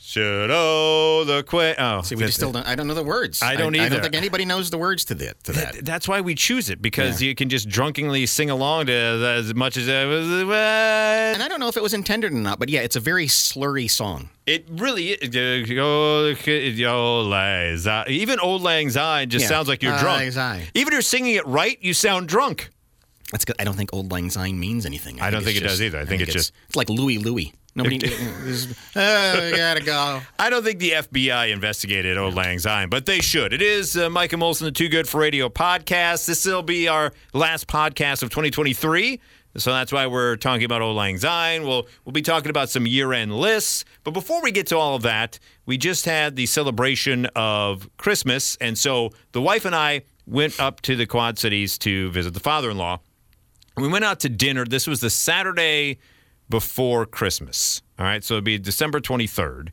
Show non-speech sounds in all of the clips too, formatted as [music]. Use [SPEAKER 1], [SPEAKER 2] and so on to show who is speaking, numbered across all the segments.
[SPEAKER 1] Should oh the quay. Oh,
[SPEAKER 2] See, we
[SPEAKER 1] that-
[SPEAKER 2] just still don't. I don't know the words.
[SPEAKER 1] I don't
[SPEAKER 2] I
[SPEAKER 1] either.
[SPEAKER 2] don't think anybody knows the words to that. To that.
[SPEAKER 1] That's why we choose it because you can just drunkenly sing along to as much as it
[SPEAKER 2] And I don't know if it was intended or not, but yeah, it's a very slurry song.
[SPEAKER 1] really is. Old Lang Syne. Even Old Lang Syne just
[SPEAKER 2] Yeah. Uh,
[SPEAKER 1] sounds like you're
[SPEAKER 2] Aye,
[SPEAKER 1] drunk.
[SPEAKER 2] aye.
[SPEAKER 1] Even if you're singing it right, you sound drunk.
[SPEAKER 2] That's good. I don't think "Old Lang Syne" means anything.
[SPEAKER 1] I don't
[SPEAKER 2] it's
[SPEAKER 1] think it does either. I think it's just-
[SPEAKER 2] it's like Louie Louie. Nobody.
[SPEAKER 1] [laughs]
[SPEAKER 2] oh, I gotta go.
[SPEAKER 1] I don't think the FBI investigated Old Lang Syne, but they should. It is uh, Mike and Molson, the Too Good for Radio podcast. This will be our last podcast of 2023. So that's why we're talking about Old Lang Syne. We'll, we'll be talking about some year end lists. But before we get to all of that, we just had the celebration of Christmas. And so the wife and I went up to the Quad Cities to visit the father in law. We went out to dinner. This was the Saturday before Christmas. All right, so it'd be December 23rd.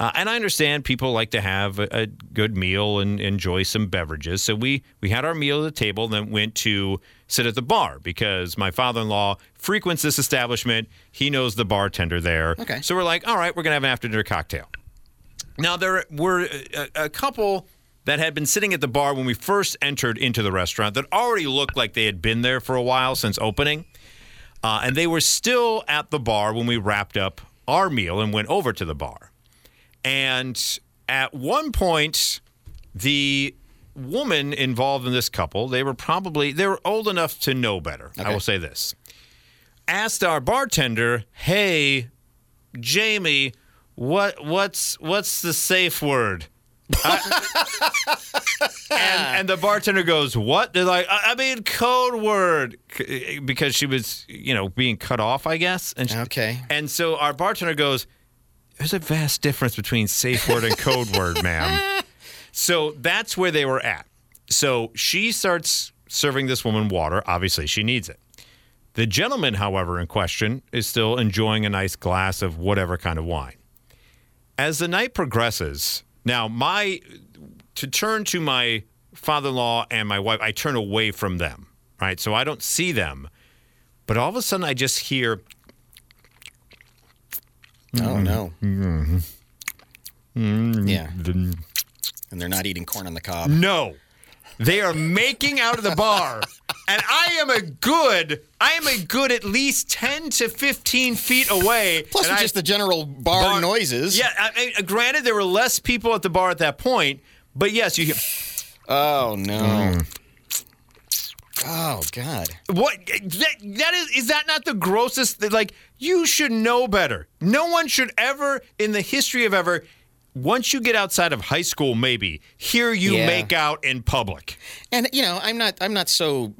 [SPEAKER 1] Uh, and I understand people like to have a, a good meal and enjoy some beverages. So we, we had our meal at the table, then went to sit at the bar because my father in law frequents this establishment. He knows the bartender there.
[SPEAKER 2] Okay.
[SPEAKER 1] So we're like, all right, we're going to have an after dinner cocktail. Now there were a, a couple that had been sitting at the bar when we first entered into the restaurant that already looked like they had been there for a while since opening, uh, and they were still at the bar when we wrapped up our meal and went over to the bar. And at one point, the woman involved in this couple, they were probably they were old enough to know better. I will say this. Asked our bartender, "Hey, Jamie, what what's what's the safe word? I- and, and the bartender goes, "What?" They're like, "I, I mean, code word," C- because she was, you know, being cut off, I guess. And she,
[SPEAKER 2] Okay.
[SPEAKER 1] And so our bartender goes, "There's a vast difference between safe word and code word, ma'am." So that's where they were at. So she starts serving this woman water. Obviously, she needs it. The gentleman, however, in question is still enjoying a nice glass of whatever kind of wine. As the night progresses, now my to turn to my father-in-law and my wife, I turn away from them, right? So I don't see them. But all of a sudden I just hear
[SPEAKER 2] Oh
[SPEAKER 1] Mm-hmm.
[SPEAKER 2] no. Yeah. And they're not eating corn on the cob.
[SPEAKER 1] No. They are making out of the bar. And I am a good, I am a good at least 10 to 15 feet away.
[SPEAKER 2] Plus,
[SPEAKER 1] and
[SPEAKER 2] it's
[SPEAKER 1] I-
[SPEAKER 2] just the general bar,
[SPEAKER 1] bar-
[SPEAKER 2] noises.
[SPEAKER 1] Yeah, I, I- granted, there were less people at the bar at that point, but yes, you hear.
[SPEAKER 2] Oh no.
[SPEAKER 1] Mm.
[SPEAKER 2] Oh God.
[SPEAKER 1] What that, that is is that not the grossest that, like you should know better. No one should ever in the history of ever once you get outside of high school maybe hear you
[SPEAKER 2] Yeah.
[SPEAKER 1] make out in public.
[SPEAKER 2] And you know, I'm not. I'm not so.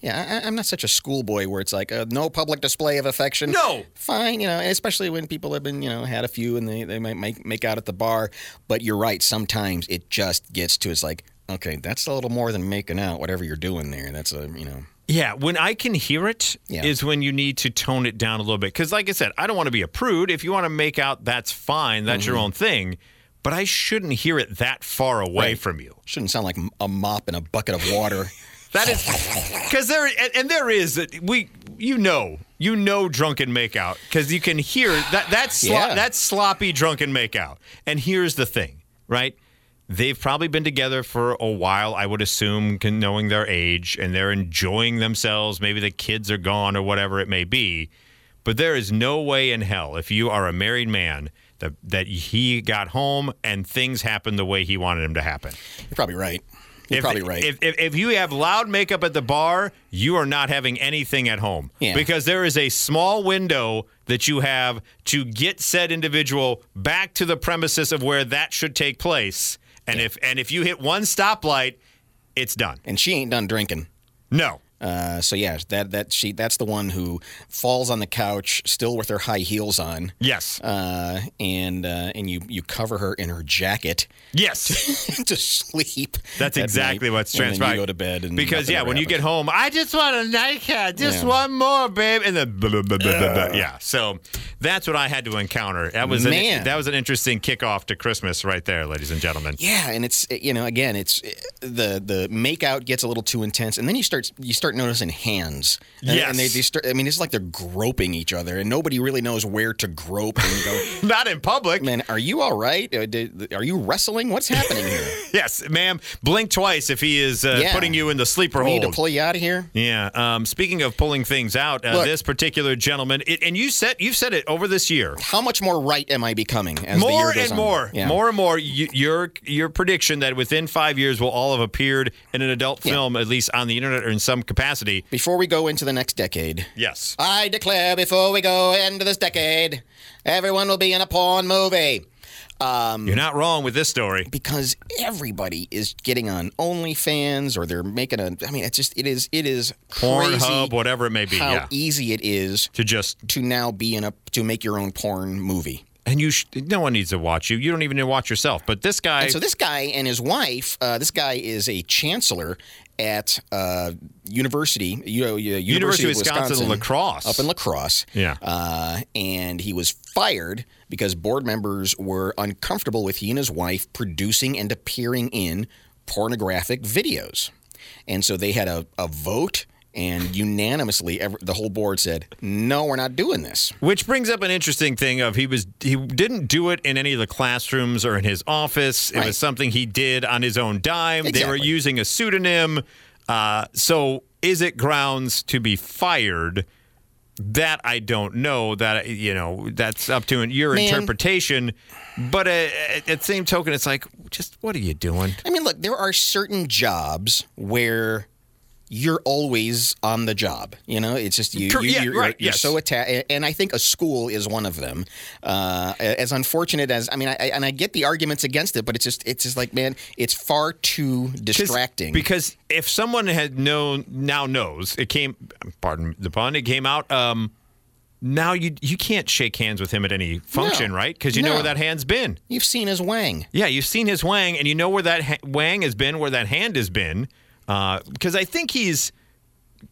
[SPEAKER 2] Yeah, I, I'm not such a schoolboy where it's like uh, no public display of affection.
[SPEAKER 1] No.
[SPEAKER 2] fine, you know, especially when people have been, you know, had a few and they, they might make make out at the bar. But you're right. Sometimes it just gets to it's like, okay, that's a little more than making out. Whatever you're doing there, that's a you know.
[SPEAKER 1] Yeah, when I can hear it is
[SPEAKER 2] Yeah.
[SPEAKER 1] when you need to tone it down a little bit. Because, like I said, I don't want to be a prude. If you want to make out, that's fine. That's
[SPEAKER 2] Mm-hmm.
[SPEAKER 1] your own thing. But I shouldn't hear it that far away
[SPEAKER 2] Right.
[SPEAKER 1] from you.
[SPEAKER 2] Shouldn't sound like a mop and a bucket of
[SPEAKER 1] [laughs]
[SPEAKER 2] water.
[SPEAKER 1] That is because there and, and there is we you know you know drunken makeout because you can hear that that's slo-
[SPEAKER 2] Yeah.
[SPEAKER 1] that's sloppy drunken makeout. And here's the thing, right? They've probably been together for a while, I would assume, con- knowing their age, and they're enjoying themselves. Maybe the kids are gone or whatever it may be. But there is no way in hell if you are a married man that that he got home and things happened the way he wanted them to happen.
[SPEAKER 2] you're probably right. You're
[SPEAKER 1] If-
[SPEAKER 2] probably right.
[SPEAKER 1] If, if, if you have loud makeup at the bar, you are not having anything at home
[SPEAKER 2] Yeah.
[SPEAKER 1] because there is a small window that you have to get said individual back to the premises of where that should take place. And if and if you hit one stoplight, it's done.
[SPEAKER 2] and she ain't done drinking.
[SPEAKER 1] No.
[SPEAKER 2] Uh, so yeah, that that she that's the one who falls on the couch still with her high heels on.
[SPEAKER 1] Yes.
[SPEAKER 2] Uh, and uh, and you you cover her in her jacket [laughs]
[SPEAKER 1] yes.
[SPEAKER 2] to sleep.
[SPEAKER 1] That's
[SPEAKER 2] at
[SPEAKER 1] exactly
[SPEAKER 2] night,
[SPEAKER 1] what's
[SPEAKER 2] and then
[SPEAKER 1] transpired.
[SPEAKER 2] You go to bed and
[SPEAKER 1] because
[SPEAKER 2] nothing
[SPEAKER 1] yeah,
[SPEAKER 2] ever
[SPEAKER 1] when you get
[SPEAKER 2] happens.
[SPEAKER 1] home, I just want a nightcap, just
[SPEAKER 2] Yeah.
[SPEAKER 1] one more, babe, and then blah, blah, blah, blah, blah. yeah. So that's what I had to encounter. That was an,
[SPEAKER 2] Man.
[SPEAKER 1] that was an interesting kickoff to Christmas right there, ladies and gentlemen.
[SPEAKER 2] Yeah, and it's you know again it's the the makeout gets a little too intense, and then you start you start noticing hands. And,
[SPEAKER 1] Yes.
[SPEAKER 2] and they, they start. I mean, it's like they're groping each other, and nobody really knows where to grope. And you
[SPEAKER 1] [laughs]
[SPEAKER 2] go, [laughs]
[SPEAKER 1] Not in public.
[SPEAKER 2] man, are you all right? Uh, did- Are you wrestling? What's happening
[SPEAKER 1] [laughs]
[SPEAKER 2] here?
[SPEAKER 1] Yes, ma'am. Blink twice if he is uh,
[SPEAKER 2] Yeah.
[SPEAKER 1] putting you in the sleeper
[SPEAKER 2] We need to
[SPEAKER 1] hold.
[SPEAKER 2] pull you out of here.
[SPEAKER 1] Yeah. Um, speaking of pulling things out, uh,
[SPEAKER 2] Look.
[SPEAKER 1] this particular gentleman, it, and you said you've said it over this year.
[SPEAKER 2] How much more right am I becoming as the
[SPEAKER 1] More
[SPEAKER 2] year goes
[SPEAKER 1] and
[SPEAKER 2] on?
[SPEAKER 1] more,
[SPEAKER 2] Yeah.
[SPEAKER 1] more and more. You, your your prediction that within five years we'll all have appeared in an adult film, at least on the internet or in some capacity.
[SPEAKER 2] Before we go into the next decade,
[SPEAKER 1] Yes.
[SPEAKER 2] I declare before we go into this decade, everyone will be in a porn movie. Um,
[SPEAKER 1] You're not wrong with this story.
[SPEAKER 2] because everybody is getting on OnlyFans or they're making a. I mean, it's just it is it is crazy
[SPEAKER 1] Pornhub, whatever it may be.
[SPEAKER 2] how e-,
[SPEAKER 1] yeah.
[SPEAKER 2] easy it is
[SPEAKER 1] to just
[SPEAKER 2] to now be in a to make your own porn movie.
[SPEAKER 1] and you sh- no one needs to watch you. You don't even need to watch yourself. But this guy
[SPEAKER 2] And so this guy and his wife, uh, this guy is a chancellor at uh, university, you know, uh, University,
[SPEAKER 1] University
[SPEAKER 2] of
[SPEAKER 1] of Wisconsin,
[SPEAKER 2] Wisconsin,
[SPEAKER 1] Lacrosse.
[SPEAKER 2] up in Lacrosse.
[SPEAKER 1] Yeah.
[SPEAKER 2] uh, and he was fired because board members were uncomfortable with he and his wife producing and appearing in pornographic videos, and so they had a, a vote. And unanimously, ev the whole board said, "No, we're not doing this."
[SPEAKER 1] Which brings up an interesting thing of he was he didn't do it in any of the classrooms or in his office. It
[SPEAKER 2] Right.
[SPEAKER 1] was something he did on his own dime. They were
[SPEAKER 2] Exactly.
[SPEAKER 1] using a pseudonym. Uh, so is it grounds to be fired? That I don't know. That you know, that's up to your
[SPEAKER 2] Man.
[SPEAKER 1] interpretation. But uh, at the same token, it's like, just what are you doing?
[SPEAKER 2] I mean, look, there are certain jobs where you're always on the job. You know, it's just you.
[SPEAKER 1] Cor-
[SPEAKER 2] you
[SPEAKER 1] yeah,
[SPEAKER 2] you're,
[SPEAKER 1] right,
[SPEAKER 2] you're
[SPEAKER 1] yes.
[SPEAKER 2] so attached, and I think a school is one of them. Uh, as unfortunate as I mean, I, I- and I get the arguments against it, but it's just it's just like man, it's far too
[SPEAKER 1] 'Cause-
[SPEAKER 2] distracting.
[SPEAKER 1] Because if someone had known now knows it came, pardon the pun, it came out. Um, now you you can't shake hands with him at any function,
[SPEAKER 2] No.
[SPEAKER 1] right? Because you know
[SPEAKER 2] No.
[SPEAKER 1] where that hand's been.
[SPEAKER 2] You've seen his wang.
[SPEAKER 1] Yeah, you've seen his wang, and you know where that ha- wang has been, where that hand has been. Because I think he's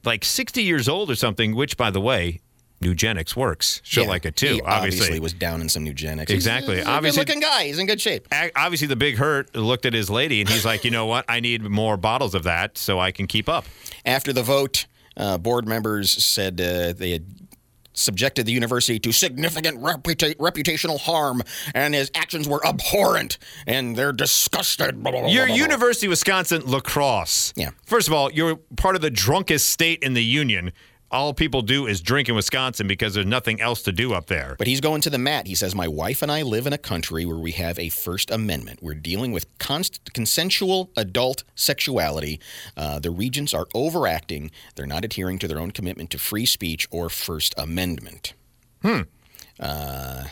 [SPEAKER 1] like sixty years old or something. Which, by the way, eugenics works. She'll
[SPEAKER 2] Yeah.
[SPEAKER 1] like it too,
[SPEAKER 2] He
[SPEAKER 1] obviously.
[SPEAKER 2] was down in some eugenics.
[SPEAKER 1] Exactly.
[SPEAKER 2] He's, he's
[SPEAKER 1] Obviously-
[SPEAKER 2] a good-looking guy. He's in good shape.
[SPEAKER 1] A- Obviously, the big hurt looked at his lady, and he's like, "You know what? I need more bottles of that so I can keep up."
[SPEAKER 2] After the vote, uh, board members said uh, they had subjected the university to significant reputa- reputational harm, and his actions were abhorrent, and they're disgusted. Blah, blah, blah,
[SPEAKER 1] You're
[SPEAKER 2] blah, blah, blah.
[SPEAKER 1] University of Wisconsin lacrosse.
[SPEAKER 2] Yeah.
[SPEAKER 1] First of all, you're part of the drunkest state in the union. All people do is drink in Wisconsin because there's nothing else to do up there.
[SPEAKER 2] But he's going to the mat. He says, My wife and I live in a country where we have a First Amendment. We're dealing with const- consensual adult sexuality. Uh, the regents are overacting. They're not adhering to their own commitment to free speech or First Amendment. I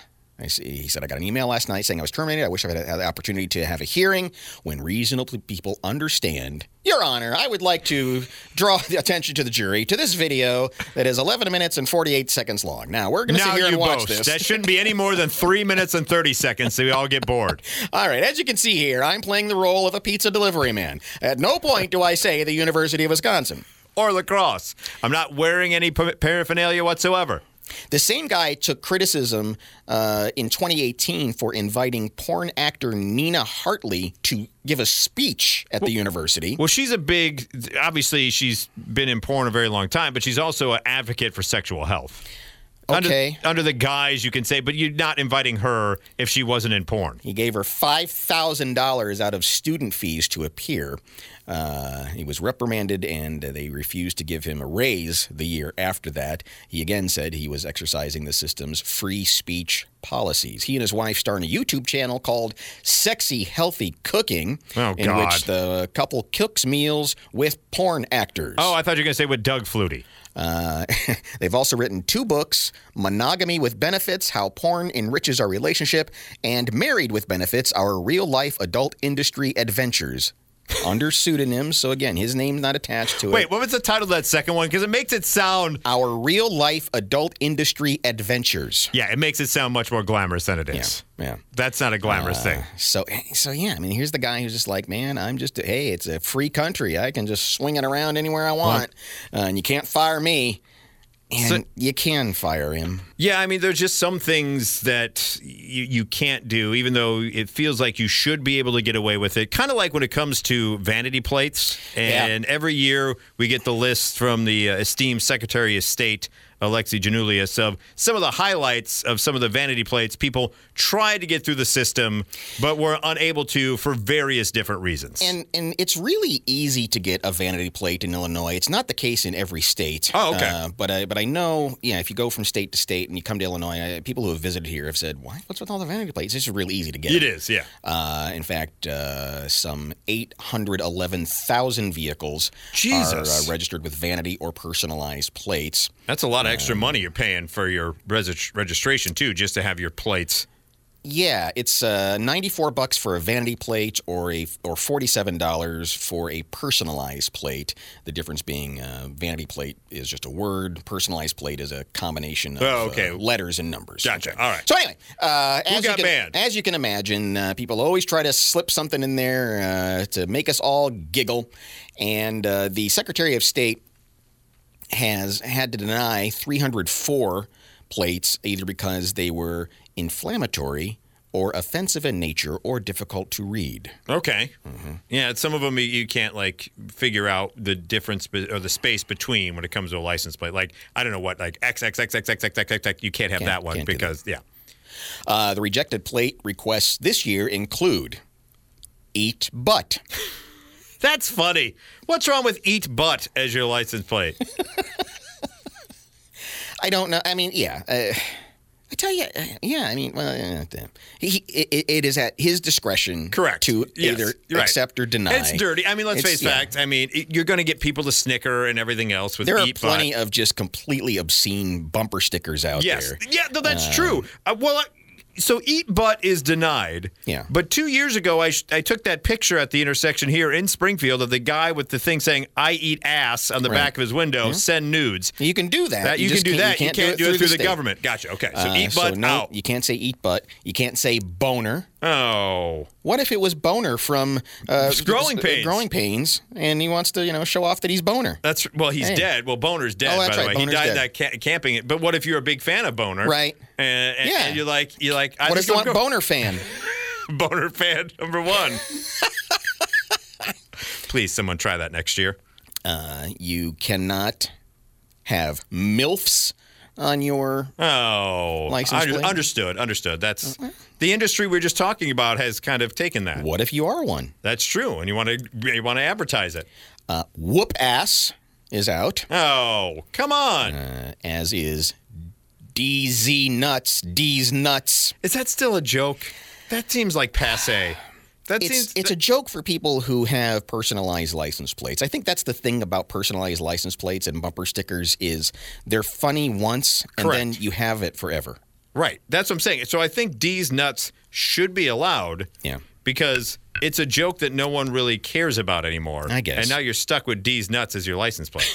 [SPEAKER 2] see. He said, I got an email last night saying I was terminated. I wish I had had the opportunity to have a hearing when reasonable people understand. Your Honor, I would like to draw [laughs] the attention to the jury to this video that is 11 minutes and 48 seconds long. Now, we're going to sit
[SPEAKER 1] now
[SPEAKER 2] here
[SPEAKER 1] you
[SPEAKER 2] and watch
[SPEAKER 1] boast.
[SPEAKER 2] this.
[SPEAKER 1] That shouldn't be any more than three minutes and 30 seconds so we all get
[SPEAKER 2] [laughs]
[SPEAKER 1] bored.
[SPEAKER 2] All right, as you can see here, I'm playing the role of a pizza delivery man. At no point do I say the University of Wisconsin.
[SPEAKER 1] Or lacrosse. I'm not wearing any pa- paraphernalia whatsoever.
[SPEAKER 2] The same guy took criticism uh, in 2018 for inviting porn actor Nina Hartley to give a speech at the university.
[SPEAKER 1] Well, she's a big, obviously, she's been in porn a very long time, but she's also an advocate for sexual health. Under-
[SPEAKER 2] Okay.
[SPEAKER 1] under the guise, you can say, but you're not inviting her if she wasn't in porn.
[SPEAKER 2] He gave her $5,000 out of student fees to appear. Uh, he was reprimanded and they refused to give him a raise the year after that. He again said he was exercising the system's free speech policies. He and his wife start a YouTube channel called Sexy Healthy Cooking,
[SPEAKER 1] Oh,
[SPEAKER 2] in
[SPEAKER 1] God.
[SPEAKER 2] which the couple cooks meals with porn actors.
[SPEAKER 1] Oh, I thought you were going to say with Doug Flutie.
[SPEAKER 2] Uh, [laughs] they've also written two books Monogamy with Benefits How Porn Enriches Our Relationship, and Married with Benefits Our Real Life Adult Industry Adventures. Under pseudonyms, so again, his name's not attached to it.
[SPEAKER 1] Wait, what was the title of that second one? Because it makes it sound.
[SPEAKER 2] Our Real Life Adult Industry Adventures.
[SPEAKER 1] Yeah, it makes it sound much more glamorous than it is. Uh,
[SPEAKER 2] Yeah.
[SPEAKER 1] That's not a glamorous thing.
[SPEAKER 2] So, so yeah, I mean, here's the guy who's just like, man, I'm just, hey, it's a free country. I can just swing it around anywhere I want, uh, and you can't fire me. And you can fire him.
[SPEAKER 1] Yeah, I mean, there's just some things that you, you can't do, even though it feels like you should be able to get away with it. Kind of like when it comes to vanity plates. And every year we get the list from the uh, esteemed Secretary of State, Alexi Janulius, of some of the highlights of some of the vanity plates people tried to get through the system, but were unable to for various different reasons.
[SPEAKER 2] And and it's really easy to get a vanity plate in Illinois. It's not the case in every state.
[SPEAKER 1] Oh, okay.
[SPEAKER 2] Uh, but I but I know yeah. If you go from state to state and you come to Illinois, I, people who have visited here have said, "Why? What's with all the vanity plates? It's just really easy to get."
[SPEAKER 1] it is, yeah.
[SPEAKER 2] Uh, in fact, uh, some 811,000 vehicles
[SPEAKER 1] Jesus.
[SPEAKER 2] are uh, registered with vanity or personalized plates.
[SPEAKER 1] That's a lot of extra money you're paying for your res- registration, too, just to have your plates.
[SPEAKER 2] Yeah, it's uh, 94 bucks for a vanity plate or a or $47 for a personalized plate. The difference being uh, vanity plate is just a word, personalized plate is a combination of
[SPEAKER 1] Oh, okay.
[SPEAKER 2] uh, letters and numbers.
[SPEAKER 1] Gotcha. All right.
[SPEAKER 2] So anyway, uh, as,
[SPEAKER 1] got
[SPEAKER 2] you can,
[SPEAKER 1] banned?
[SPEAKER 2] as you can imagine, uh, people always try to slip something in there uh, to make us all giggle. And uh, the Secretary of State has had to deny 304 plates either because they were inflammatory or offensive in nature or difficult to read.
[SPEAKER 1] Okay.
[SPEAKER 2] Mm-hmm.
[SPEAKER 1] Yeah, it's- some of them you- you can't like figure out the difference be- or the space between when it comes to a license plate. Like I don't know what like XXXXXXXX. You can't have
[SPEAKER 2] Can't-
[SPEAKER 1] that one
[SPEAKER 2] can't do that.
[SPEAKER 1] because yeah.
[SPEAKER 2] Uh, the rejected plate requests this year include eat butt.
[SPEAKER 1] That's funny. What's wrong with eat butt as your license
[SPEAKER 2] [laughs]
[SPEAKER 1] plate?
[SPEAKER 2] I don't know. I mean, yeah. Uh, I tell you, uh, yeah. I mean, well, yeah, damn. He, he, it, it is at his discretion,
[SPEAKER 1] Correct.
[SPEAKER 2] to
[SPEAKER 1] Yes,
[SPEAKER 2] either
[SPEAKER 1] you're right.
[SPEAKER 2] accept or deny.
[SPEAKER 1] It's dirty. I mean, let's
[SPEAKER 2] It's-
[SPEAKER 1] face
[SPEAKER 2] yeah.
[SPEAKER 1] fact. I mean, it, you're going to get people to snicker and everything else with
[SPEAKER 2] There are
[SPEAKER 1] eat butt.
[SPEAKER 2] plenty of just completely obscene bumper stickers out
[SPEAKER 1] Yes.
[SPEAKER 2] there. Um,
[SPEAKER 1] Yeah, no, that's true. Uh, well, I, so eat butt is denied.
[SPEAKER 2] Yeah.
[SPEAKER 1] But two years ago, I, sh- I took that picture at the intersection here in Springfield of the guy with the thing saying, I eat ass on the back of his window, send nudes.
[SPEAKER 2] Uh, You can do that.
[SPEAKER 1] That, you, can
[SPEAKER 2] just
[SPEAKER 1] do that. You can't, do it through, the,
[SPEAKER 2] state.
[SPEAKER 1] government. Gotcha. Okay. So
[SPEAKER 2] Uh,
[SPEAKER 1] eat
[SPEAKER 2] so
[SPEAKER 1] butt
[SPEAKER 2] no,
[SPEAKER 1] out.
[SPEAKER 2] you can't say eat butt. You can't say boner.
[SPEAKER 1] Oh.
[SPEAKER 2] What if it was boner from uh,
[SPEAKER 1] Growing
[SPEAKER 2] uh,
[SPEAKER 1] Pains.
[SPEAKER 2] Growing pains, and he wants to, you know, show off that he's boner.
[SPEAKER 1] That's well. He's
[SPEAKER 2] Hey.
[SPEAKER 1] dead. Well, Boner's dead.
[SPEAKER 2] Oh, that's
[SPEAKER 1] by the
[SPEAKER 2] right,
[SPEAKER 1] way,
[SPEAKER 2] Boner's
[SPEAKER 1] he died
[SPEAKER 2] dead.
[SPEAKER 1] that ca- camping. But what if you're a big fan of Boner?
[SPEAKER 2] Right.
[SPEAKER 1] And, and-
[SPEAKER 2] Yeah.
[SPEAKER 1] and you're like, you're like, I
[SPEAKER 2] What
[SPEAKER 1] just
[SPEAKER 2] if you
[SPEAKER 1] don't
[SPEAKER 2] want
[SPEAKER 1] go-
[SPEAKER 2] boner fan?
[SPEAKER 1] boner fan number one. Please, someone try that next year.
[SPEAKER 2] Uh, you cannot have milfs on your.
[SPEAKER 1] Oh,
[SPEAKER 2] License
[SPEAKER 1] under-
[SPEAKER 2] plate.
[SPEAKER 1] understood, understood. That's the industry we are just talking about has kind of taken that.
[SPEAKER 2] What if you are one?
[SPEAKER 1] That's true, and you want to you want to advertise it.
[SPEAKER 2] Uh, whoop ass is out,
[SPEAKER 1] Oh, come on!
[SPEAKER 2] uh, as is DZ nuts. D's nuts.
[SPEAKER 1] Is that still a joke? That seems like passe. That
[SPEAKER 2] It's,
[SPEAKER 1] seems
[SPEAKER 2] it's a joke for people who have personalized license plates. I think that's the thing about personalized license plates and bumper stickers is they're funny once and then
[SPEAKER 1] Correct.
[SPEAKER 2] you have it forever.
[SPEAKER 1] right. That's what I'm saying. So I think D's nuts should be allowed.
[SPEAKER 2] Yeah.
[SPEAKER 1] Because it's a joke that no one really cares about anymore.
[SPEAKER 2] I guess.
[SPEAKER 1] And now you're stuck with D's nuts as your license plate.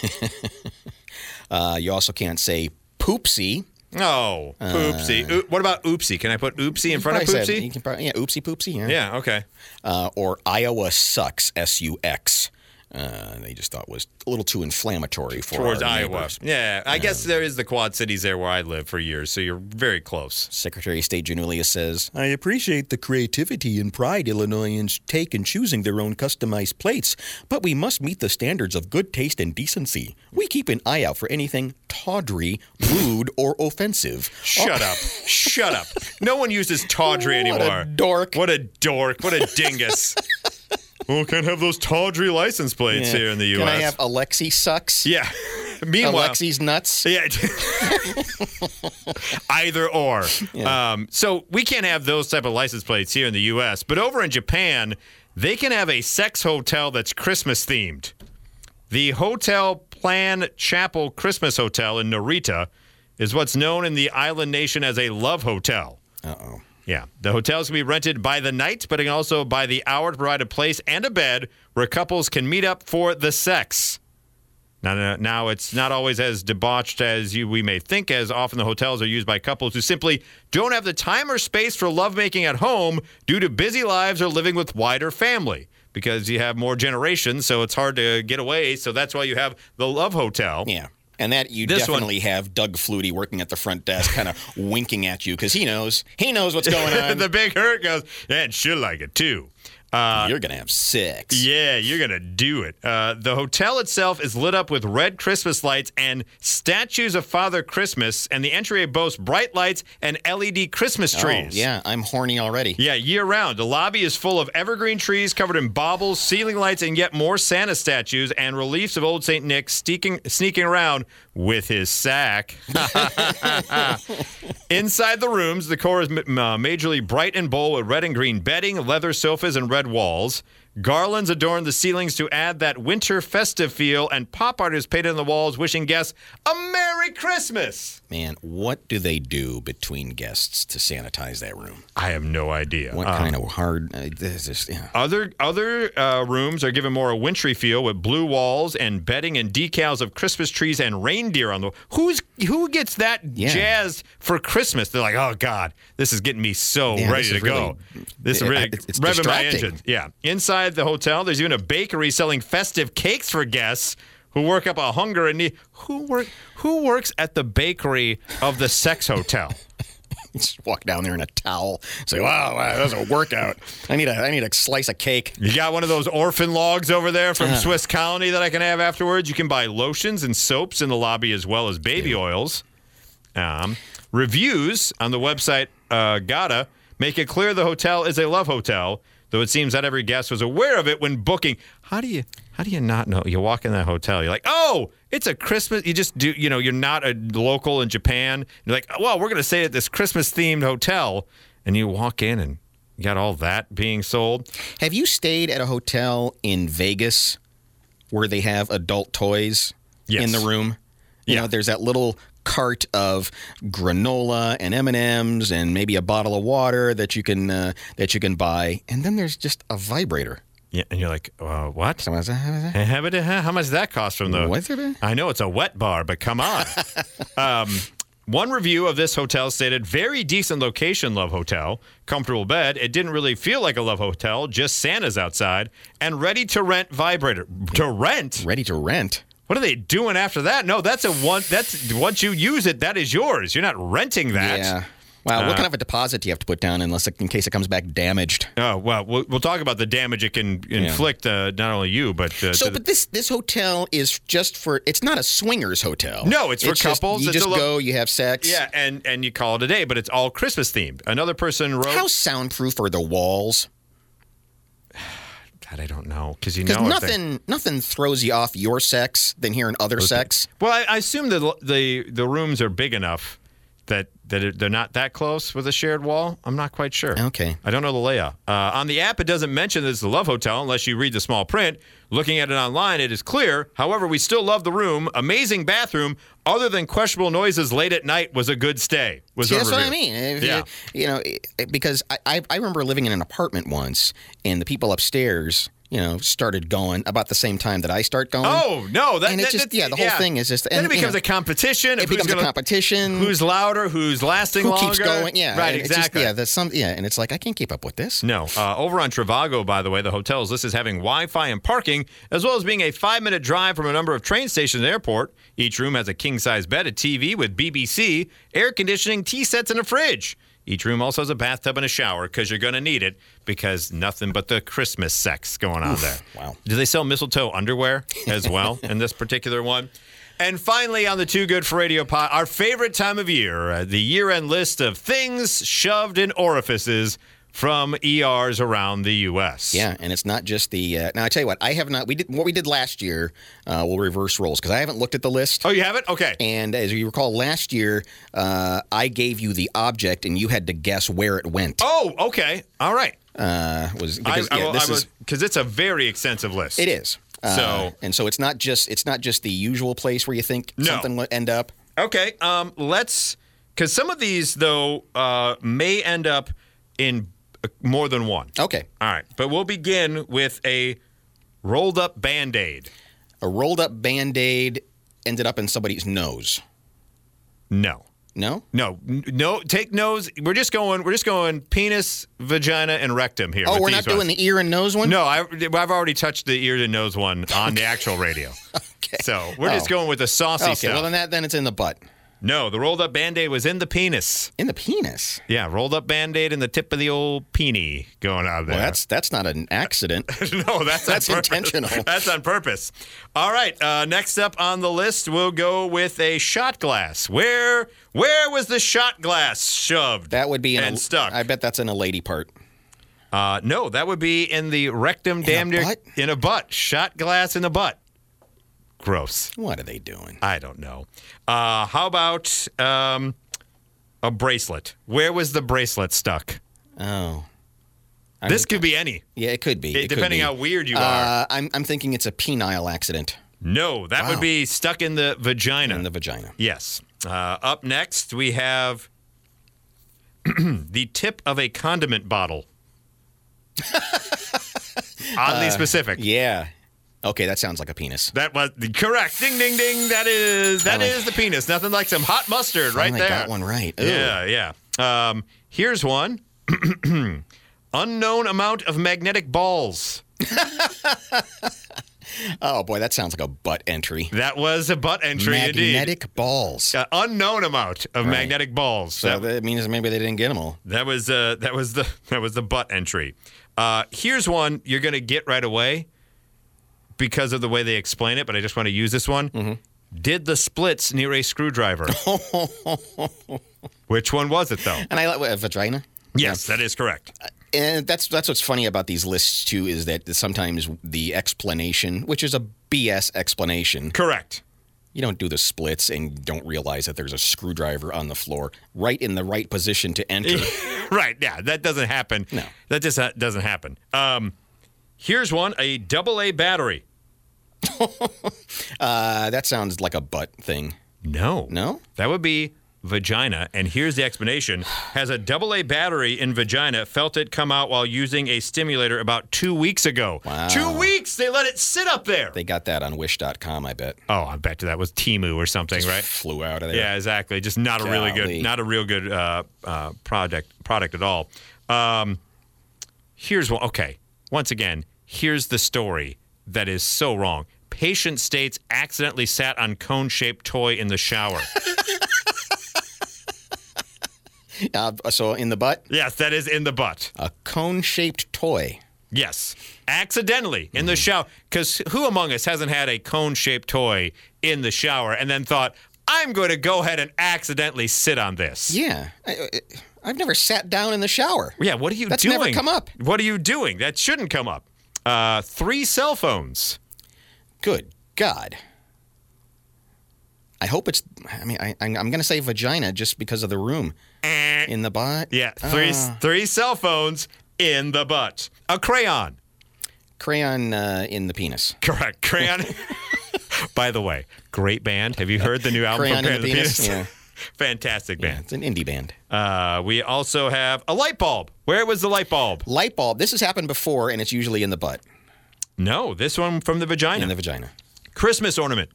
[SPEAKER 2] Uh, you also can't say poopsie.
[SPEAKER 1] Oh, oopsie. Oop- what about oopsie? Can I put oopsie in front of
[SPEAKER 2] Probably Uh, said- you
[SPEAKER 1] poopsie?
[SPEAKER 2] can probably, yeah, oopsie poopsie. Yeah.
[SPEAKER 1] Yeah, okay.
[SPEAKER 2] Uh, or Iowa sucks. S U X. Uh, they just thought was a little too inflammatory for
[SPEAKER 1] Towards
[SPEAKER 2] our
[SPEAKER 1] Iowa.
[SPEAKER 2] neighbors.
[SPEAKER 1] Yeah, I guess there is the Quad Cities there where I lived for years, so you're very close.
[SPEAKER 2] Secretary of State Janulius says,
[SPEAKER 3] I appreciate the creativity and pride Illinoisans take in choosing their own customized plates, but we must meet the standards of good taste and decency.
[SPEAKER 2] "We keep an eye out for anything tawdry, rude, or offensive."
[SPEAKER 1] Shut up.
[SPEAKER 2] [laughs]
[SPEAKER 1] Shut up. No one uses tawdry
[SPEAKER 2] Oh. What a
[SPEAKER 1] anymore.
[SPEAKER 2] dork.
[SPEAKER 1] What a dork. What a
[SPEAKER 2] [laughs]
[SPEAKER 1] dingus. well, can't have those tawdry license plates
[SPEAKER 2] Yeah.
[SPEAKER 1] here in the U.S.
[SPEAKER 2] Can I have Alexi sucks?
[SPEAKER 1] yeah. [laughs] Meanwhile,
[SPEAKER 2] Alexi's nuts.
[SPEAKER 1] Yeah. Either or. Um, so we can't have those type of license plates here in the U.S., but over in Japan, they can have a sex hotel that's Christmas themed. The Hotel Plan Chapel Christmas Hotel in Narita is what's known in the island nation as a love hotel.
[SPEAKER 2] Uh oh.
[SPEAKER 1] Yeah. The hotels can be rented by the night, but it can also by the hour to provide a place and a bed where couples can meet up for the sex. Now, now, now it's not always as debauched as you, we may think, as often the hotels are used by couples who simply don't have the time or space for lovemaking at home due to busy lives or living with wider family. Because you have more generations, so it's hard to get away. So that's why you have the love hotel.
[SPEAKER 2] Yeah. And that you
[SPEAKER 1] This one-
[SPEAKER 2] definitely have Doug Flutie working at the front desk, kind of [laughs] winking at you because he knows he knows what's
[SPEAKER 1] [laughs]
[SPEAKER 2] going on.
[SPEAKER 1] the big hurt goes, and she'll like it too. Uh,
[SPEAKER 2] You're gonna have six.
[SPEAKER 1] yeah, you're going to do it. Uh, the hotel itself is lit up with red Christmas lights and statues of Father Christmas, and the entryway boasts bright lights and LED Christmas
[SPEAKER 2] Oh,
[SPEAKER 1] trees.
[SPEAKER 2] yeah, I'm horny already.
[SPEAKER 1] Yeah, year round. The lobby is full of evergreen trees covered in baubles, ceiling lights, and yet more Santa statues and reliefs of old St. Nick sneaking, sneaking around with his sack. Inside the rooms, the core is m- uh, majorly bright and bold with red and green bedding, leather sofas, and red walls. Garlands adorn the ceilings to add that winter festive feel, and pop art is painted on the walls, wishing guests a Merry Christmas.
[SPEAKER 2] Man, what do they do between guests to sanitize that room?
[SPEAKER 1] I have no idea.
[SPEAKER 2] What kind of hard? Uh, this is, yeah. [laughs]
[SPEAKER 1] Other other uh, rooms are given more a wintry feel with blue walls and bedding and decals of Christmas trees and reindeer on the. Who's who gets that
[SPEAKER 2] Yeah.
[SPEAKER 1] jazzed for Christmas? They're like, oh God, this is getting me so
[SPEAKER 2] Yeah,
[SPEAKER 1] ready
[SPEAKER 2] this
[SPEAKER 1] to
[SPEAKER 2] is
[SPEAKER 1] go.
[SPEAKER 2] really-
[SPEAKER 1] This is
[SPEAKER 2] it-
[SPEAKER 1] really
[SPEAKER 2] it's- it's
[SPEAKER 1] revving my
[SPEAKER 2] distracting.
[SPEAKER 1] engine. Yeah. Inside the hotel, there's even a bakery selling festive cakes for guests who work up a hunger and need. Who work Who works at the bakery of the sex hotel?
[SPEAKER 2] Just walk down there in a towel. Say, wow, wow, that was a workout. I need a, I need a slice of cake.
[SPEAKER 1] You got one of those orphan logs over there from Swiss Colony that I can have afterwards. You can buy lotions and soaps in the lobby as well as baby oils. Um, reviews on the website uh, Gata make it clear the hotel is a love hotel, though it seems not every guest was aware of it when booking. How do you how do you not know? You walk in that hotel, you're like, oh, it's a Christmas. You just do, you know, you're not a local in Japan. You're like, well, we're gonna stay at this Christmas themed hotel, and you walk in and you got all that being sold.
[SPEAKER 2] Have you stayed at a hotel in Vegas where they have adult toys
[SPEAKER 1] Yes.
[SPEAKER 2] in the room? You know, there's that little cart of granola and M&Ms and maybe a bottle of water that you can uh, that you can buy, and then there's just a vibrator.
[SPEAKER 1] Yeah, and you're like, uh, what?
[SPEAKER 2] Someone's like,
[SPEAKER 1] Eh, How much how much does that cost from the?
[SPEAKER 2] What's it been?
[SPEAKER 1] I know it's a wet bar, but come
[SPEAKER 2] [laughs]
[SPEAKER 1] on. um, one review of this hotel stated, "Very decent location, love hotel. Comfortable bed. It didn't really feel like a love hotel. Just Santa's outside and ready to rent vibrator. To rent?
[SPEAKER 2] ready to rent.
[SPEAKER 1] What are they doing after that? No, that's a one. That's once you use it, that is yours. You're not renting that.
[SPEAKER 2] Yeah. Wow,
[SPEAKER 1] uh,
[SPEAKER 2] what kind of a deposit do you have to put down unless in case it comes back damaged?
[SPEAKER 1] Oh well, we'll, we'll talk about the damage it can inflict. Uh, not only you, but uh, to
[SPEAKER 2] So,
[SPEAKER 1] the-
[SPEAKER 2] but this this hotel is just for it's not a swingers hotel.
[SPEAKER 1] No, it's for
[SPEAKER 2] just-
[SPEAKER 1] couples.
[SPEAKER 2] you
[SPEAKER 1] It's a
[SPEAKER 2] just
[SPEAKER 1] lo-
[SPEAKER 2] go, you have sex.
[SPEAKER 1] Yeah, and and you call it a day, but it's all Christmas themed. Another person wrote,
[SPEAKER 2] How soundproof are the walls?
[SPEAKER 1] God, I don't know, because you
[SPEAKER 2] Because
[SPEAKER 1] know if they-
[SPEAKER 2] nothing nothing throws you off your sex than hearing other sex.
[SPEAKER 1] well, I, I assume the the the rooms are big enough that that it- they're not that close with a shared wall. I'm not quite sure.
[SPEAKER 2] Okay.
[SPEAKER 1] I don't know the layout. Uh, on the app, it doesn't mention that it's the Love Hotel unless you read the small print. Looking at it online, it is clear. However, we still love the room. Amazing bathroom. Other than questionable noises late at night, was a good stay. Was
[SPEAKER 2] See,
[SPEAKER 1] her
[SPEAKER 2] that's what I
[SPEAKER 1] review.
[SPEAKER 2] mean. If
[SPEAKER 1] Yeah.
[SPEAKER 2] You, you know, it- it- because I, I I remember living in an apartment once, and the people upstairs, you know, started going about the same time that I start going.
[SPEAKER 1] Oh no! That,
[SPEAKER 2] And
[SPEAKER 1] that-
[SPEAKER 2] it's just-
[SPEAKER 1] that's-
[SPEAKER 2] yeah, the whole thing is just-
[SPEAKER 1] then
[SPEAKER 2] and,
[SPEAKER 1] it
[SPEAKER 2] you
[SPEAKER 1] becomes
[SPEAKER 2] know,
[SPEAKER 1] a competition. of
[SPEAKER 2] it
[SPEAKER 1] who's
[SPEAKER 2] becomes a
[SPEAKER 1] gonna-
[SPEAKER 2] competition.
[SPEAKER 1] Who's louder? Who's lasting
[SPEAKER 2] Mm. who
[SPEAKER 1] longer?
[SPEAKER 2] keeps going? Yeah,
[SPEAKER 1] right.
[SPEAKER 2] and it's just-
[SPEAKER 1] Exactly.
[SPEAKER 2] yeah, that's some. Yeah, and it's like I can't keep up with this.
[SPEAKER 1] No. Uh, over on Trivago, by the way, the hotel is listed as having Wi Fi and parking, as well as being a five minute drive from a number of train stations and airport. Each room has a king size bed, a TV with BBC, air conditioning, tea sets, and a fridge. Each room also has a bathtub and a shower because you're going to need it because nothing but the Christmas sex going on there.
[SPEAKER 2] wow.
[SPEAKER 1] Do they sell mistletoe underwear as well in this particular one? And finally, on the Too Good for Radio pod, our favorite time of year, uh, the year end list of things shoved in orifices from ERs around the U.S.
[SPEAKER 2] Yeah, and it's not just the. Uh, now I tell you what, I have not. We did what we did last year. Uh, we'll reverse roles because I haven't looked at the list.
[SPEAKER 1] Oh, you have it? Okay.
[SPEAKER 2] And as you recall, last year uh, I gave you the object, and you had to guess where it went.
[SPEAKER 1] Oh, okay. All right.
[SPEAKER 2] Uh, was because
[SPEAKER 1] Oh. I,
[SPEAKER 2] yeah,
[SPEAKER 1] I,
[SPEAKER 2] this
[SPEAKER 1] I,
[SPEAKER 2] is
[SPEAKER 1] because it's a very extensive list.
[SPEAKER 2] it is. Uh,
[SPEAKER 1] So-
[SPEAKER 2] and so it's not just it's not just the usual place where you think
[SPEAKER 1] No.
[SPEAKER 2] something will end up.
[SPEAKER 1] Okay, um, let's because some of these though uh, may end up in uh, more than one.
[SPEAKER 2] Okay,
[SPEAKER 1] All right, but we'll begin with a rolled up band aid.
[SPEAKER 2] a rolled up band aid ended up in somebody's nose.
[SPEAKER 1] No.
[SPEAKER 2] No?
[SPEAKER 1] No, n- no. Take nose. We're just going. We're just going penis, vagina, and rectum here.
[SPEAKER 2] Oh,
[SPEAKER 1] with
[SPEAKER 2] we're
[SPEAKER 1] these
[SPEAKER 2] not doing
[SPEAKER 1] ones.
[SPEAKER 2] the ear and nose one?
[SPEAKER 1] No, I, I've already touched the ear to nose one on the actual
[SPEAKER 2] [laughs]
[SPEAKER 1] radio. So we're just
[SPEAKER 2] Oh.
[SPEAKER 1] going with the saucy
[SPEAKER 2] Okay,
[SPEAKER 1] stuff.
[SPEAKER 2] well then that then it's in the butt.
[SPEAKER 1] no, the rolled up band aid was in the penis.
[SPEAKER 2] In the penis.
[SPEAKER 1] Yeah, rolled up band aid and the tip of the old peenie going on there.
[SPEAKER 2] Well, that's that's not an accident.
[SPEAKER 1] [laughs] no, that's on
[SPEAKER 2] That's
[SPEAKER 1] purpose.
[SPEAKER 2] intentional.
[SPEAKER 1] [laughs] That's on purpose. All right, uh, next up on the list, we'll go with a shot glass. Where where was the shot glass shoved?
[SPEAKER 2] That would be
[SPEAKER 1] [laughs]
[SPEAKER 2] in
[SPEAKER 1] and
[SPEAKER 2] a,
[SPEAKER 1] stuck.
[SPEAKER 2] I bet that's in a lady part.
[SPEAKER 1] uh, no, that would be in the rectum, damn near
[SPEAKER 2] butt?
[SPEAKER 1] in a butt. Shot glass in the butt. Gross.
[SPEAKER 2] What are they doing?
[SPEAKER 1] I don't know. Uh, how about um, a bracelet? Where was the bracelet stuck?
[SPEAKER 2] Oh.
[SPEAKER 1] this could be any.
[SPEAKER 2] Yeah, it could be.
[SPEAKER 1] It-
[SPEAKER 2] could
[SPEAKER 1] depending
[SPEAKER 2] be.
[SPEAKER 1] how weird you are.
[SPEAKER 2] Uh, I'm I'm thinking it's a penile accident
[SPEAKER 1] No, that would
[SPEAKER 2] wow.
[SPEAKER 1] be stuck in the vagina.
[SPEAKER 2] in the vagina.
[SPEAKER 1] Yes. Uh, up next, we have [clears throat] the tip of a condiment
[SPEAKER 2] [laughs]
[SPEAKER 1] bottle. Oddly
[SPEAKER 2] Uh,
[SPEAKER 1] specific.
[SPEAKER 2] Yeah. Okay, that sounds like a penis.
[SPEAKER 1] That was correct. Ding, ding, ding. That is that
[SPEAKER 2] Finally.
[SPEAKER 1] is the penis. Nothing like some hot mustard right
[SPEAKER 2] Finally
[SPEAKER 1] there.
[SPEAKER 2] Oh, got one right. Ooh.
[SPEAKER 1] Yeah, yeah. Um, here's one. [clears throat] Unknown amount of magnetic balls.
[SPEAKER 2] Oh boy, that sounds like a butt entry.
[SPEAKER 1] That was a butt entry indeed.
[SPEAKER 2] Magnetic balls.
[SPEAKER 1] Uh, unknown amount of magnetic balls.
[SPEAKER 2] so that, means maybe they didn't get them all.
[SPEAKER 1] That was uh, that was the [laughs] that was the butt entry. Uh, here's one you're gonna get right away because of the way they explain it, but I just want to use this one. Did the splits near a [laughs] screwdriver? Which one was it though?
[SPEAKER 2] And I like what, a vagina.
[SPEAKER 1] Yes, that is correct.
[SPEAKER 2] And that's that's what's funny about these lists too is that sometimes the explanation, which is a BS explanation,
[SPEAKER 1] Correct.
[SPEAKER 2] you don't do the splits and don't realize that there's a screwdriver on the floor, right in the right position to enter.
[SPEAKER 1] [laughs] right. Yeah, that doesn't happen.
[SPEAKER 2] No.
[SPEAKER 1] that just uh, doesn't happen. Um, here's one: a double A battery.
[SPEAKER 2] uh, that sounds like a butt thing.
[SPEAKER 1] No.
[SPEAKER 2] No?
[SPEAKER 1] That would be vagina. And here's the explanation Has a AA battery in vagina. Felt it come out while using a stimulator about two weeks ago.
[SPEAKER 2] Wow.
[SPEAKER 1] Two weeks! They let it sit up there.
[SPEAKER 2] They got that on Wish.com, I bet.
[SPEAKER 1] oh, I bet you that was Timu or something, right?
[SPEAKER 2] [laughs] Flew out of there.
[SPEAKER 1] Yeah, exactly. Just not a really
[SPEAKER 2] Golly.
[SPEAKER 1] good, not a real good uh, uh, product product at all. Um, here's one. Okay, once again, here's the story that is so wrong. Patient states accidentally sat on cone shaped toy in the
[SPEAKER 2] [laughs]
[SPEAKER 1] shower.
[SPEAKER 2] Uh, so in the butt,
[SPEAKER 1] yes, that is in the butt.
[SPEAKER 2] a cone-shaped toy.
[SPEAKER 1] Yes, accidentally in the
[SPEAKER 2] Mm-hmm.
[SPEAKER 1] shower. Because who among us hasn't had a cone shaped toy in the shower and then thought, I'm going to go ahead and accidentally sit on this?
[SPEAKER 2] Yeah, I, I, I've never sat down in the shower.
[SPEAKER 1] Yeah, what are you
[SPEAKER 2] That's
[SPEAKER 1] doing?
[SPEAKER 2] never come up.
[SPEAKER 1] What are you doing? That shouldn't come up. Uh, three cell phones.
[SPEAKER 2] Good God. I hope it's. I mean, I, I'm, I'm going to say vagina just because of the room
[SPEAKER 1] Eh.
[SPEAKER 2] in Ah. the butt.
[SPEAKER 1] Yeah, three three cell phones in the butt. A crayon.
[SPEAKER 2] Crayon uh, in the penis. [laughs]
[SPEAKER 1] Correct. Crayon. By the way, great band. Have you heard the new album?
[SPEAKER 2] Crayon
[SPEAKER 1] from
[SPEAKER 2] in the
[SPEAKER 1] Crayon and
[SPEAKER 2] Penis? Yeah.
[SPEAKER 1] [laughs] Fantastic band.
[SPEAKER 2] It's an indie band.
[SPEAKER 1] Uh, we also have a light bulb. Where was the light bulb?
[SPEAKER 2] Light bulb. This has happened before, and it's usually in the butt,
[SPEAKER 1] No, this one from the vagina.
[SPEAKER 2] in the vagina.
[SPEAKER 1] Christmas ornament.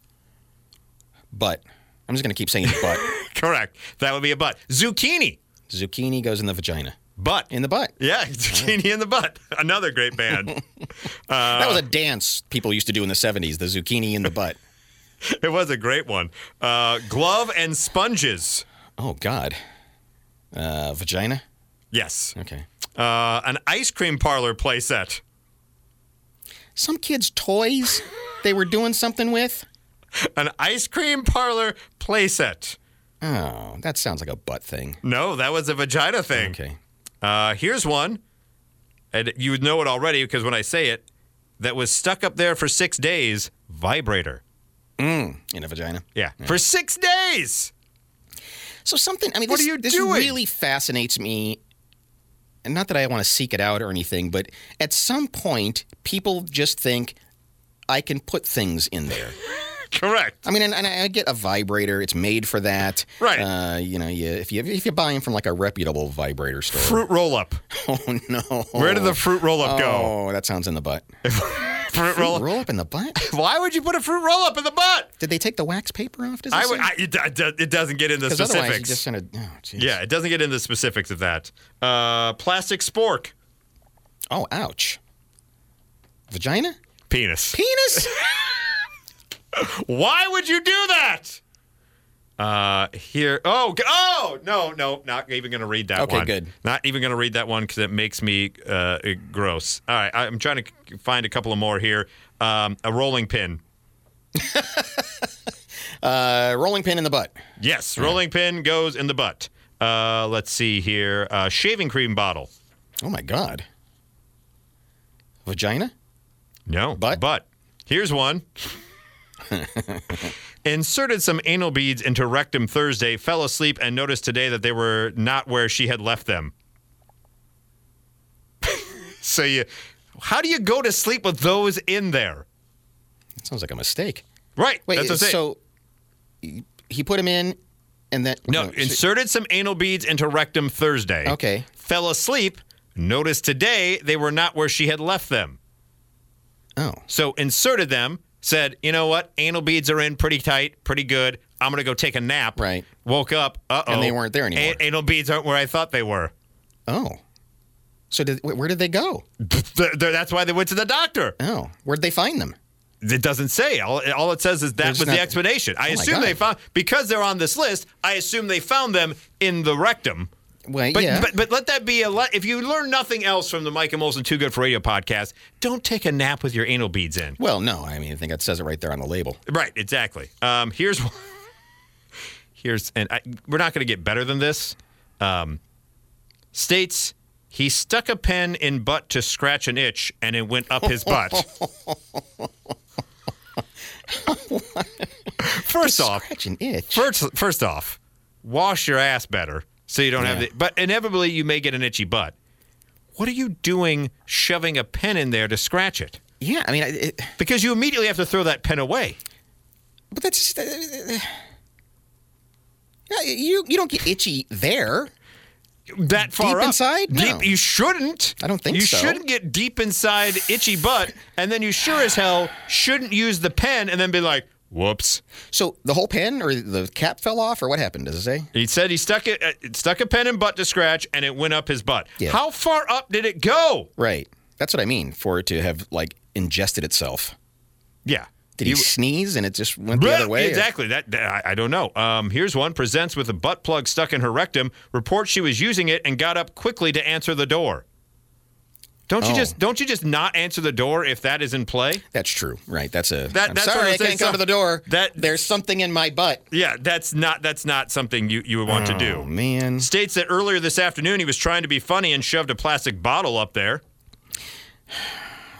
[SPEAKER 1] [laughs]
[SPEAKER 2] Butt. I'm just going to keep saying butt.
[SPEAKER 1] Correct. That would be a butt. Zucchini.
[SPEAKER 2] Zucchini goes in the vagina.
[SPEAKER 1] Butt.
[SPEAKER 2] In the butt.
[SPEAKER 1] yeah, [laughs] zucchini in the butt. Another great
[SPEAKER 2] [laughs]
[SPEAKER 1] band.
[SPEAKER 2] that was a dance people used to do in the 70s, the zucchini in the butt.
[SPEAKER 1] it was a great one. Uh, glove and sponges.
[SPEAKER 2] Oh, God. Uh, vagina?
[SPEAKER 1] Yes.
[SPEAKER 2] Okay.
[SPEAKER 1] Uh, an ice cream parlor playset.
[SPEAKER 2] Some kids' toys they were doing something with?
[SPEAKER 1] An ice cream parlor playset.
[SPEAKER 2] Oh, that sounds like a butt thing.
[SPEAKER 1] No, that was a vagina thing.
[SPEAKER 2] Okay.
[SPEAKER 1] Uh, here's one, and you would know it already because when I say it, that was stuck up there for six days. Vibrator.
[SPEAKER 2] In a vagina.
[SPEAKER 1] Yeah, for six days.
[SPEAKER 2] So something. I mean,
[SPEAKER 1] What
[SPEAKER 2] this,
[SPEAKER 1] are you
[SPEAKER 2] this
[SPEAKER 1] doing?
[SPEAKER 2] really fascinates me. And not that I want to seek it out or anything, but at some point, people just think I can put things
[SPEAKER 1] [laughs]
[SPEAKER 2] in there.
[SPEAKER 1] Correct.
[SPEAKER 2] I mean, and, and I get a vibrator; it's made for that,
[SPEAKER 1] Right.
[SPEAKER 2] Uh, you know, you, if you if you buy them from like a reputable vibrator
[SPEAKER 1] [laughs]
[SPEAKER 2] store, [laughs]
[SPEAKER 1] Fruit roll up.
[SPEAKER 2] oh no,
[SPEAKER 1] Where did the fruit roll up
[SPEAKER 2] oh, that sounds in the butt.
[SPEAKER 1] go? fruit roll.
[SPEAKER 2] Roll up in the butt?
[SPEAKER 1] Why would you put a fruit roll up in the butt?
[SPEAKER 2] Did they take the wax paper off? Does it
[SPEAKER 1] I,
[SPEAKER 2] say?
[SPEAKER 1] would- I it, do- it do- it doesn't get into
[SPEAKER 2] 'Cause otherwise, you
[SPEAKER 1] specifics.
[SPEAKER 2] just gonna. Oh, jeez.
[SPEAKER 1] yeah, it doesn't get into the specifics of that. Uh, plastic spork,
[SPEAKER 2] Oh, ouch. Vagina?
[SPEAKER 1] penis. [laughs]
[SPEAKER 2] Penis?
[SPEAKER 1] Why would you do that? Uh, here. Oh, g- oh no, no, not even going to read that
[SPEAKER 2] Okay,
[SPEAKER 1] one.
[SPEAKER 2] good.
[SPEAKER 1] Not even going to read that one because it makes me uh, gross. All right, I'm trying to c- find a couple of more here. Um, a rolling pin.
[SPEAKER 2] uh, rolling pin in the butt.
[SPEAKER 1] Yes, rolling pin goes in the butt. Uh, let's see here. Uh, shaving cream bottle.
[SPEAKER 2] Oh my god. Vagina?
[SPEAKER 1] No,
[SPEAKER 2] Butt?
[SPEAKER 1] But here's
[SPEAKER 2] [laughs]
[SPEAKER 1] one. Inserted some anal beads into rectum Thursday. Fell asleep and noticed today that they were not where she had left them. [laughs] so you, how do you go to sleep with those in there?
[SPEAKER 2] That sounds like a mistake.
[SPEAKER 1] Right.
[SPEAKER 2] Wait,
[SPEAKER 1] that's what I'm saying.
[SPEAKER 2] so he- he put him in, and then
[SPEAKER 1] No, inserted some anal beads into rectum Thursday.
[SPEAKER 2] Okay.
[SPEAKER 1] Fell asleep. Noticed today they were not where she had left them.
[SPEAKER 2] oh,
[SPEAKER 1] So inserted them, said, you know what? Anal beads are in pretty tight, pretty good. I'm going to go take a nap.
[SPEAKER 2] Right.
[SPEAKER 1] Woke up. Uh oh.
[SPEAKER 2] And they weren't there anymore.
[SPEAKER 1] anal beads aren't where I thought they were. [laughs]
[SPEAKER 2] oh. So did, wh- where did they go?
[SPEAKER 1] Th- th- That's why they went to the doctor.
[SPEAKER 2] Oh, where'd they find them?
[SPEAKER 1] It doesn't say. All, all it says is that
[SPEAKER 2] There's
[SPEAKER 1] was
[SPEAKER 2] not- Oh
[SPEAKER 1] the explanation. I
[SPEAKER 2] my
[SPEAKER 1] assume they
[SPEAKER 2] God.
[SPEAKER 1] found, because they're on this list, I assume they found them in the rectum.
[SPEAKER 2] Well,
[SPEAKER 1] But,
[SPEAKER 2] yeah.
[SPEAKER 1] but but let that be a le- if you learn nothing else from the Mike and Molson Too Good for Radio podcast, don't take a nap with your anal beads in.
[SPEAKER 2] well, no, I mean, I think it says it right there on the label.
[SPEAKER 1] Right, exactly. Um, here's [laughs] one- here's and I, we're not going to get better than this. Um, states he stuck a pen in butt to scratch an itch, and it went up his butt. [laughs] first off,
[SPEAKER 2] Scratch an itch.
[SPEAKER 1] first first off, wash your ass better so you don't have the. But inevitably, you may get an itchy butt. What are you doing, shoving a pen in there to scratch it?
[SPEAKER 2] Yeah, I mean, I- it,
[SPEAKER 1] Because you immediately have to throw that pen away.
[SPEAKER 2] but that's just, uh, uh, uh, you. You don't get itchy there.
[SPEAKER 1] that far up.
[SPEAKER 2] inside?
[SPEAKER 1] Deep,
[SPEAKER 2] No.
[SPEAKER 1] You shouldn't.
[SPEAKER 2] I don't think
[SPEAKER 1] you
[SPEAKER 2] so.
[SPEAKER 1] shouldn't get deep inside itchy butt, and then you sure as hell shouldn't use the pen and then be like, "Whoops."
[SPEAKER 2] So the whole pen or the cap fell off, or what happened? Does it say?
[SPEAKER 1] He said he stuck it uh, stuck a pen in butt to scratch, and it went up his butt.
[SPEAKER 2] Yeah.
[SPEAKER 1] How far up did it go?
[SPEAKER 2] Right. That's what I mean. For it to have like ingested itself.
[SPEAKER 1] Yeah.
[SPEAKER 2] Did
[SPEAKER 1] [laughs]
[SPEAKER 2] he, sneeze and it just went the other way? or-
[SPEAKER 1] Exactly. That, that- I, I don't know. Um, here's one presents with a butt plug stuck in her rectum. Reports she was using it and got up quickly to answer the door. Don't you
[SPEAKER 2] Oh.
[SPEAKER 1] just don't you just not answer the door if that is in play?
[SPEAKER 2] That's true. Right. That's a.
[SPEAKER 1] That-
[SPEAKER 2] I'm
[SPEAKER 1] that's what
[SPEAKER 2] sorry,
[SPEAKER 1] I'm
[SPEAKER 2] I
[SPEAKER 1] saying.
[SPEAKER 2] can't come
[SPEAKER 1] So-
[SPEAKER 2] to the door.
[SPEAKER 1] that-
[SPEAKER 2] there's something in my butt.
[SPEAKER 1] Yeah, that's not that's not something you, you would want to
[SPEAKER 2] Oh
[SPEAKER 1] do.
[SPEAKER 2] man.
[SPEAKER 1] States that earlier this afternoon he was trying to be funny and shoved a plastic bottle up there.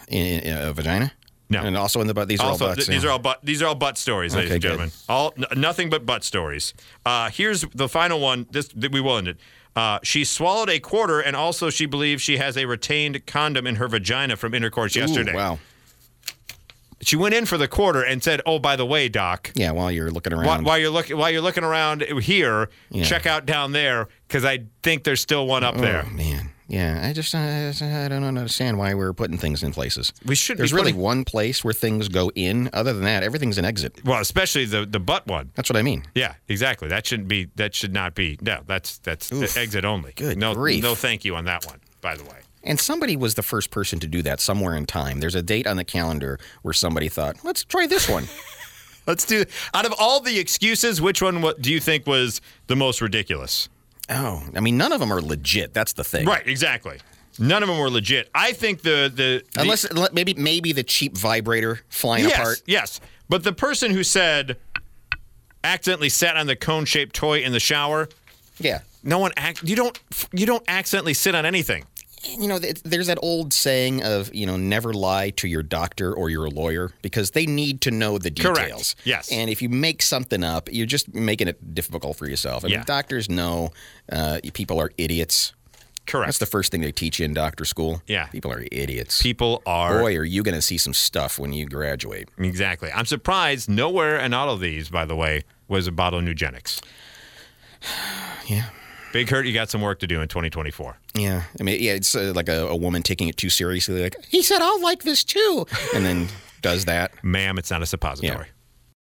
[SPEAKER 2] In, in a vagina.
[SPEAKER 1] No.
[SPEAKER 2] And also in the butt. These are
[SPEAKER 1] also,
[SPEAKER 2] all butts.
[SPEAKER 1] th- these
[SPEAKER 2] yeah.
[SPEAKER 1] are all butt these are all butt stories, ladies
[SPEAKER 2] Okay,
[SPEAKER 1] and
[SPEAKER 2] good.
[SPEAKER 1] gentlemen. All n- nothing but butt stories. Uh, here's the final one. This th- we will end it. Uh, she swallowed a quarter, and also she believes she has a retained condom in her vagina from intercourse
[SPEAKER 2] Ooh,
[SPEAKER 1] yesterday.
[SPEAKER 2] wow.
[SPEAKER 1] She went in for the quarter and said, "Oh, by the way, doc,
[SPEAKER 2] Yeah. While you're looking
[SPEAKER 1] Wh-
[SPEAKER 2] around.
[SPEAKER 1] while you're looking while you're looking around here,
[SPEAKER 2] Yeah.
[SPEAKER 1] check out down there because I think there's still one up there."
[SPEAKER 2] Oh man. Yeah. I just uh, I, I don't understand why we're putting things in places.
[SPEAKER 1] We shouldn't
[SPEAKER 2] There's
[SPEAKER 1] be
[SPEAKER 2] really
[SPEAKER 1] putting-
[SPEAKER 2] one place where things go in. Other than that, everything's an exit.
[SPEAKER 1] Well, especially the the butt one.
[SPEAKER 2] That's what I mean.
[SPEAKER 1] Yeah, exactly. That shouldn't be. That should not be. No, that's that's e-
[SPEAKER 2] Oof.
[SPEAKER 1] exit only.
[SPEAKER 2] Good
[SPEAKER 1] no,
[SPEAKER 2] grief.
[SPEAKER 1] no, thank you on that one. By the way,
[SPEAKER 2] And somebody was the first person to do that somewhere in time. There's a date on the calendar where somebody thought, let's try this
[SPEAKER 1] [laughs]
[SPEAKER 2] one.
[SPEAKER 1] let's do. Out of all the excuses, which one wa- do you think was the most ridiculous?
[SPEAKER 2] oh, I mean, none of them are legit. That's the thing.
[SPEAKER 1] Right. Exactly. None of them were legit. I think the the, the
[SPEAKER 2] Unless le- maybe maybe the cheap vibrator flying
[SPEAKER 1] yes,
[SPEAKER 2] apart.
[SPEAKER 1] Yes. But the person who said accidentally sat on the cone shaped toy in the shower.
[SPEAKER 2] Yeah.
[SPEAKER 1] No one act. You don't. You don't accidentally sit on anything.
[SPEAKER 2] You know, th- there's that old saying of, you know, never lie to your doctor or your lawyer because they need to know the
[SPEAKER 1] Correct.
[SPEAKER 2] details.
[SPEAKER 1] Yes.
[SPEAKER 2] And if you make something up, you're just making it difficult for yourself. I mean,
[SPEAKER 1] Yeah.
[SPEAKER 2] doctors know uh, people are idiots.
[SPEAKER 1] Correct.
[SPEAKER 2] That's the first thing they teach you in doctor school.
[SPEAKER 1] Yeah.
[SPEAKER 2] People are idiots.
[SPEAKER 1] People are
[SPEAKER 2] Boy, are you going to see some stuff when you graduate.
[SPEAKER 1] Exactly. I'm surprised nowhere in all of these, by the way, was a bottle of Nugenics.
[SPEAKER 2] Yeah.
[SPEAKER 1] Big Hurt, you got some work to do in 2024.
[SPEAKER 2] Yeah, I mean, yeah, it's uh, like a, a woman taking it too seriously. Like he said, I'll like this too, and then does that.
[SPEAKER 1] Ma'am, it's not a suppository.